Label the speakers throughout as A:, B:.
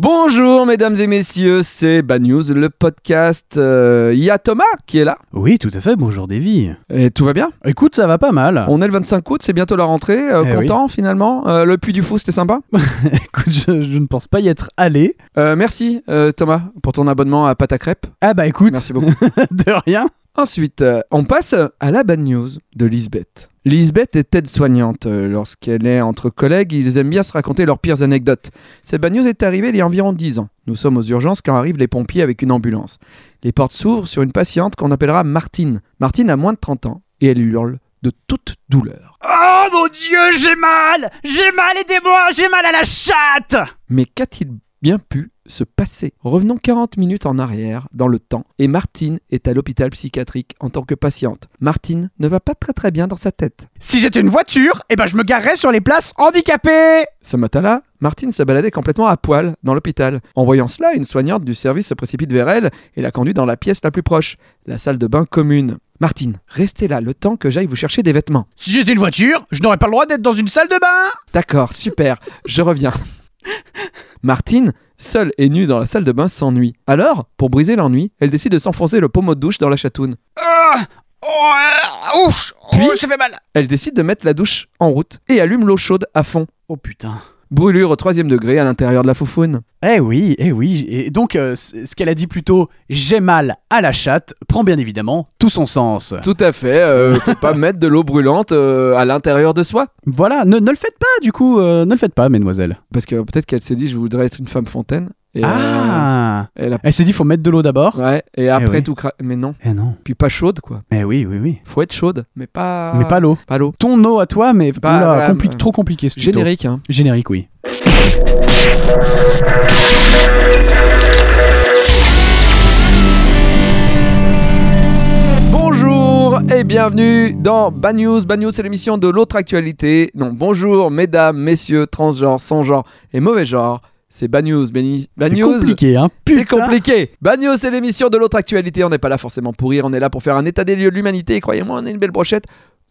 A: Bonjour mesdames et messieurs, c'est Bad News, le podcast. Euh, Il y a Thomas qui est là.
B: Oui, tout à fait, bonjour Davy.
A: Et tout va bien
B: Écoute, ça va pas mal.
A: On est le 25 août, c'est bientôt la rentrée. euh,
B: Eh oui.
A: content finalement Euh, Le Puy du Fou, c'était sympa
B: Écoute, je, je ne pense pas y être allé.
A: Euh, Merci euh, Thomas pour ton abonnement à Pâte à crêpes.
B: Ah bah écoute,
A: Merci beaucoup.
B: de rien.
A: Ensuite, euh, on passe à la bad news de Lisbeth. Lisbeth est aide-soignante. Euh, Lorsqu'elle est entre collègues, ils aiment bien se raconter leurs pires anecdotes. Cette bad news est arrivée il y a environ 10 ans. Nous sommes aux urgences quand arrivent les pompiers avec une ambulance. Les portes s'ouvrent sur une patiente qu'on appellera Martine. Martine a moins de 30 ans et elle hurle de toute douleur.
B: Oh mon dieu, j'ai mal J'ai mal, aidez-moi, j'ai mal à la chatte
A: Mais qu'a-t-il bien pu se passer Revenons 40 minutes en arrière dans le temps et Martine est à l'hôpital psychiatrique en tant que patiente. Martine ne va pas très très bien dans sa tête.
B: Si j'étais une voiture, eh ben je me garerais sur les places handicapées
A: Ce matin-là, Martine se baladait complètement à poil dans l'hôpital. En voyant cela, une soignante du service se précipite vers elle et la conduit dans la pièce la plus proche, la salle de bain commune. Martine, restez là le temps que j'aille vous chercher des vêtements.
B: Si j'étais une voiture, je n'aurais pas le droit d'être dans une salle de bain
A: D'accord, super, je reviens. Martine, seule et nue dans la salle de bain, s'ennuie. Alors, pour briser l'ennui, elle décide de s'enfoncer le pommeau de douche dans la chatoune.
B: Ah Oh, euh, ouch,
A: Puis-
B: ça fait mal
A: Elle décide de mettre la douche en route et allume l'eau chaude à fond.
B: Oh putain.
A: Brûlure au troisième degré à l'intérieur de la foufoune.
B: Eh oui, eh oui, et donc euh, c- ce qu'elle a dit plus tôt, j'ai mal à la chatte, prend bien évidemment tout son sens.
A: Tout à fait, euh, faut pas mettre de l'eau brûlante euh, à l'intérieur de soi.
B: Voilà, ne, ne le faites pas du coup, euh, ne le faites pas, mesdemoiselles.
A: Parce que peut-être qu'elle s'est dit, je voudrais être une femme fontaine. Et
B: Ah
A: euh, elle a-
B: Elle s'est dit, faut mettre de l'eau d'abord.
A: Ouais, et après
B: oui.
A: tout cra... Mais non.
B: Eh non.
A: Puis pas chaude, quoi.
B: Eh oui, oui, oui.
A: Faut être chaude, mais pas.
B: Mais pas l'eau.
A: Pas l'eau.
B: Ton eau à toi, mais
A: Bah,
B: oula,
A: voilà,
B: compli-
A: euh,
B: trop compliqué ce tuto.
A: Générique, hein.
B: Générique, oui.
A: Bonjour et bienvenue dans Bad News. Bad News, c'est l'émission de l'autre actualité. Non, bonjour, mesdames, messieurs, transgenres, sans-genre et mauvais genre. C'est Bad News, Benny. Bad
B: C'est
A: News.
B: compliqué, hein. Putain.
A: C'est compliqué. Bad News, c'est l'émission de l'autre actualité. On n'est pas là forcément pour rire, on est là pour faire un état des lieux de l'humanité. Et croyez-moi, on est une belle brochette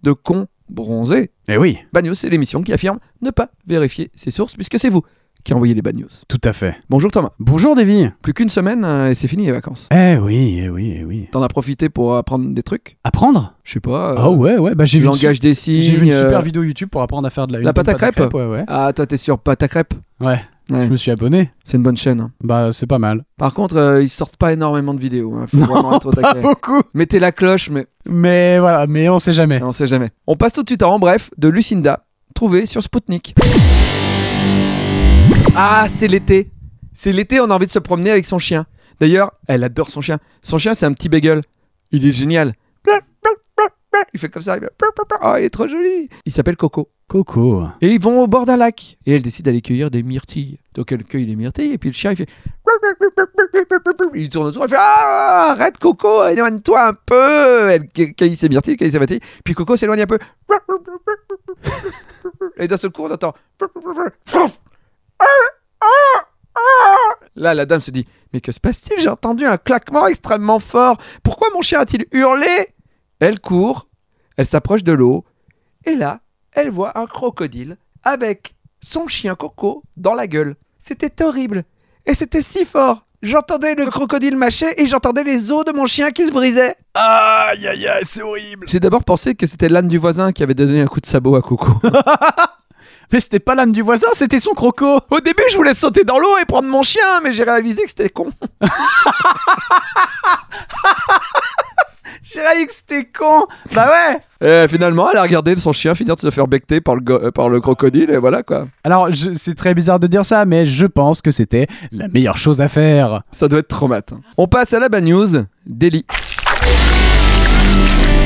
A: de cons bronzés.
B: Eh oui,
A: Bad News, c'est l'émission qui affirme ne pas vérifier ses sources puisque c'est vous qui envoyez les bad news.
B: tout à fait.
A: Bonjour Thomas.
B: Bonjour, Davy.
A: Plus qu'une semaine euh, et c'est fini les vacances.
B: Eh oui, eh oui, eh oui.
A: T'en as profité pour apprendre des trucs
B: Apprendre
A: Je sais pas. euh,
B: Ah ouais, ouais, bah j'ai vu, une su-
A: Langage des signes.
B: j'ai vu une
A: euh,
B: super vidéo YouTube pour apprendre à faire de la, une
A: la
B: bonne
A: pâte à crêpes
B: ouais, ouais.
A: Ah, toi t'es sur Pâte à crêpes
B: Ouais,
A: Ouais.
B: je me suis abonné.
A: C'est une bonne chaîne. hein.
B: Bah, c'est pas mal.
A: Par contre, euh, ils sortent pas énormément de vidéos. hein. Faut vraiment être au
B: Pas
A: taquet.
B: beaucoup.
A: Mettez la cloche, mais
B: Mais voilà, mais on sait jamais.
A: on sait jamais. On passe tout de suite à En Bref de Lucinda, trouvée sur Spoutnik. Ah, c'est l'été. C'est l'été, on a envie de se promener avec son chien. D'ailleurs, elle adore son chien. Son chien, c'est un petit bagel. Il est génial. Il fait comme ça. il fait Oh, il est trop joli. Il s'appelle Coco.
B: Coco.
A: Et ils vont au bord d'un lac. Et elle décide d'aller cueillir des myrtilles. Donc elle cueille les myrtilles et puis le chien il fait. Il tourne autour, il fait Ah, Arrête Coco, éloigne-toi un peu. Elle cu- cueille ses myrtilles, cueille ses myrtilles. Puis Coco s'éloigne un peu. Et d'un seul coup, on entend. Là, la dame se dit Mais que se passe-t-il J'ai entendu un claquement extrêmement fort. Pourquoi mon chien a-t-il hurlé Elle court, elle s'approche de l'eau. Et là, elle voit un crocodile avec son chien Coco dans la gueule. C'était horrible. Et c'était si fort. J'entendais le crocodile mâcher et j'entendais les os de mon chien qui se brisaient.
B: Aïe, aïe, aïe, c'est horrible.
A: J'ai d'abord pensé que c'était l'âne du voisin qui avait donné un coup de sabot à Coco.
B: Mais c'était pas l'âne du voisin, c'était son croco.
A: Au début, je voulais sauter dans l'eau et prendre mon chien, mais j'ai réalisé que c'était con.
B: J'ai réalisé que c'était con. Bah ouais.
A: Et finalement, elle a regardé son chien finir de se faire becter par le, go- euh, par le crocodile et voilà quoi.
B: Alors, je- c'est très bizarre de dire ça, mais je pense que c'était la meilleure chose à faire.
A: Ça doit être trop mat. hein. On passe à la bad news, Delhi.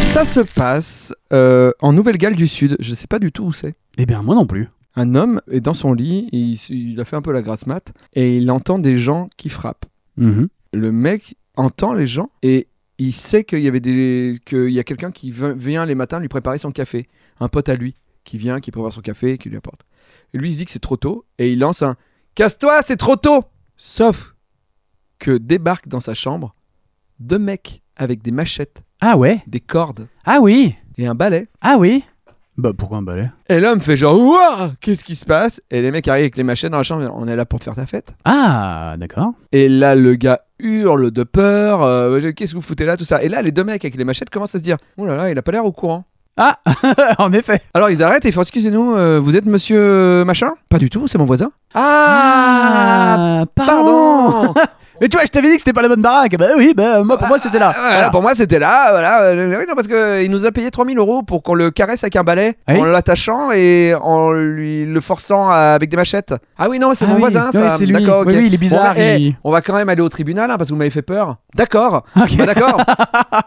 A: Ça se passe euh, en Nouvelle-Galles du Sud. Je sais pas du tout où c'est.
B: Eh bien, moi non plus.
A: Un homme est dans son lit, et il, s- il a fait un peu la grasse mat, et il entend des gens qui frappent.
B: Mhm.
A: Le mec entend les gens et il sait qu'il y avait des qu'il y a quelqu'un qui vi- vient les matins lui préparer son café, un pote à lui qui vient, qui prépare son café et qui lui apporte. Et lui il se dit que c'est trop tôt et il lance un casse-toi, c'est trop tôt. Sauf que débarquent dans sa chambre deux mecs avec des machettes,
B: Ah ouais
A: des cordes
B: Ah oui
A: et un balai.
B: Ah oui Bah pourquoi un balai
A: Et l'homme fait genre, Ouah qu'est-ce qui se passe Et les mecs arrivent avec les machettes dans la chambre, on est là pour te faire ta fête.
B: Ah, d'accord.
A: Et là, le gars hurle de peur, euh, qu'est-ce que vous foutez là, tout ça. Et là, les deux mecs avec les machettes commencent à se dire, oh là là, il a pas l'air au courant.
B: Ah, en effet.
A: Alors ils arrêtent et ils font excusez-nous, euh, vous êtes monsieur euh, machin Pas du tout, c'est mon voisin. Ah, pardon
B: Mais tu vois, je t'avais dit que c'était pas la bonne baraque. Bah oui, bah moi pour moi c'était là.
A: Ah, voilà,
B: Voilà.
A: Pour moi c'était là, voilà. euh, oui, non, parce qu'il nous a payé 3000 euros pour qu'on le caresse avec un balai,
B: Ah oui
A: en l'attachant et en lui le forçant à- avec des machettes. Ah oui, non, c'est
B: Ah
A: mon
B: oui,
A: voisin,
B: oui,
A: ça.
B: c'est lui.
A: D'accord, ok.
B: Oui, oui, il est
A: Bon,
B: bizarre,
A: bah,
B: il-
A: eh, on va quand même aller au tribunal hein, parce que vous m'avez fait peur. D'accord.
B: Ok.
A: Bah, d'accord.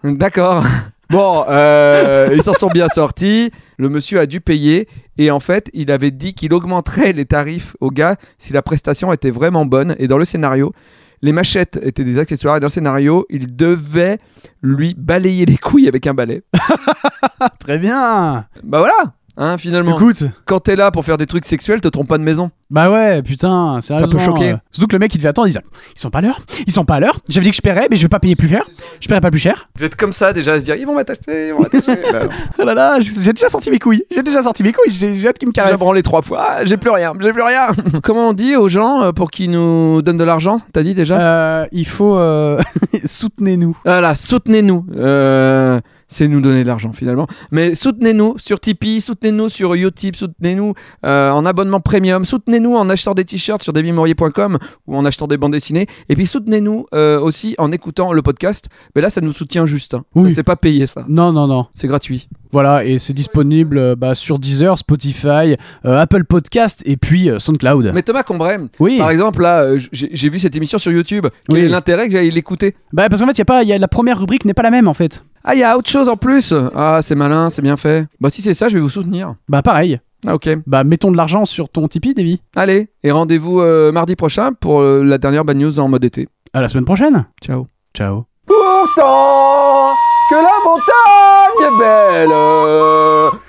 A: d'accord. Bon, euh, ils s'en sont bien sortis. Le monsieur a dû payer. Et en fait, il avait dit qu'il augmenterait les tarifs aux gars si la prestation était vraiment bonne. Et dans le scénario, les machettes étaient des accessoires. Et dans le scénario, il devait lui balayer les couilles avec un balai.
B: Très bien.
A: Bah voilà Hein, finalement,
B: Écoute.
A: quand t'es là pour faire des trucs sexuels, te trompe pas de maison.
B: Bah ouais, putain, sérieusement.
A: choquer.
B: euh, Surtout que le mec il devait attendre, il disait Ils sont pas à l'heure, ils sont pas à l'heure. J'avais dit que je paierais, mais je vais pas payer plus cher. Je paierai pas plus cher.
A: Vous êtes comme ça déjà à se dire ils vont m'attacher, ils vont m'attacher. Bah, non.
B: Oh là là, j'ai j'ai déjà sorti mes couilles. J'ai déjà sorti mes couilles, j'ai j'ai hâte qu'il me
A: J'ai
B: caresse.
A: branlé trois fois, Ah, j'ai plus rien, j'ai plus rien. Comment on dit aux gens euh, pour qu'ils nous donnent de l'argent T'as dit déjà
B: Euh, il faut. euh, Soutenez-nous.
A: Voilà, soutenez-nous. Euh, c'est nous donner de l'argent finalement. Mais soutenez-nous sur Tipeee, soutenez-nous sur Utip, soutenez-nous euh, en abonnement premium, soutenez-nous en achetant des t-shirts sur davidmaurier.com ou en achetant des bandes dessinées. Et puis soutenez-nous euh, aussi en écoutant le podcast. Mais là, ça nous soutient juste. hein.
B: Oui.
A: Ça, C'est pas payé ça.
B: Non, non, non.
A: C'est gratuit.
B: Voilà, et c'est disponible euh, bah, sur Deezer, Spotify, euh, Apple Podcast et puis euh, SoundCloud.
A: Mais Thomas Combrem,
B: oui,
A: par exemple, là, euh, j'ai j'ai vu cette émission sur YouTube. Quel
B: Oui.
A: est l'intérêt que j'aille l'écouter
B: bah, parce qu'en fait, y a pas, y a, la première rubrique n'est pas la même en fait.
A: Ah, il y a autre chose en plus Ah, c'est malin, c'est bien fait. Bah, si c'est ça, je vais vous soutenir.
B: Bah pareil,
A: Ah, ok.
B: bah mettons de l'argent sur ton Tipeee, Davy.
A: Allez, et rendez-vous euh, mardi prochain pour euh, la dernière bad news en mode été.
B: À la semaine prochaine.
A: Ciao.
B: Ciao.
A: Pourtant que la montagne est belle,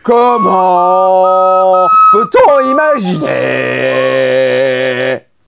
A: comment peut-on imaginer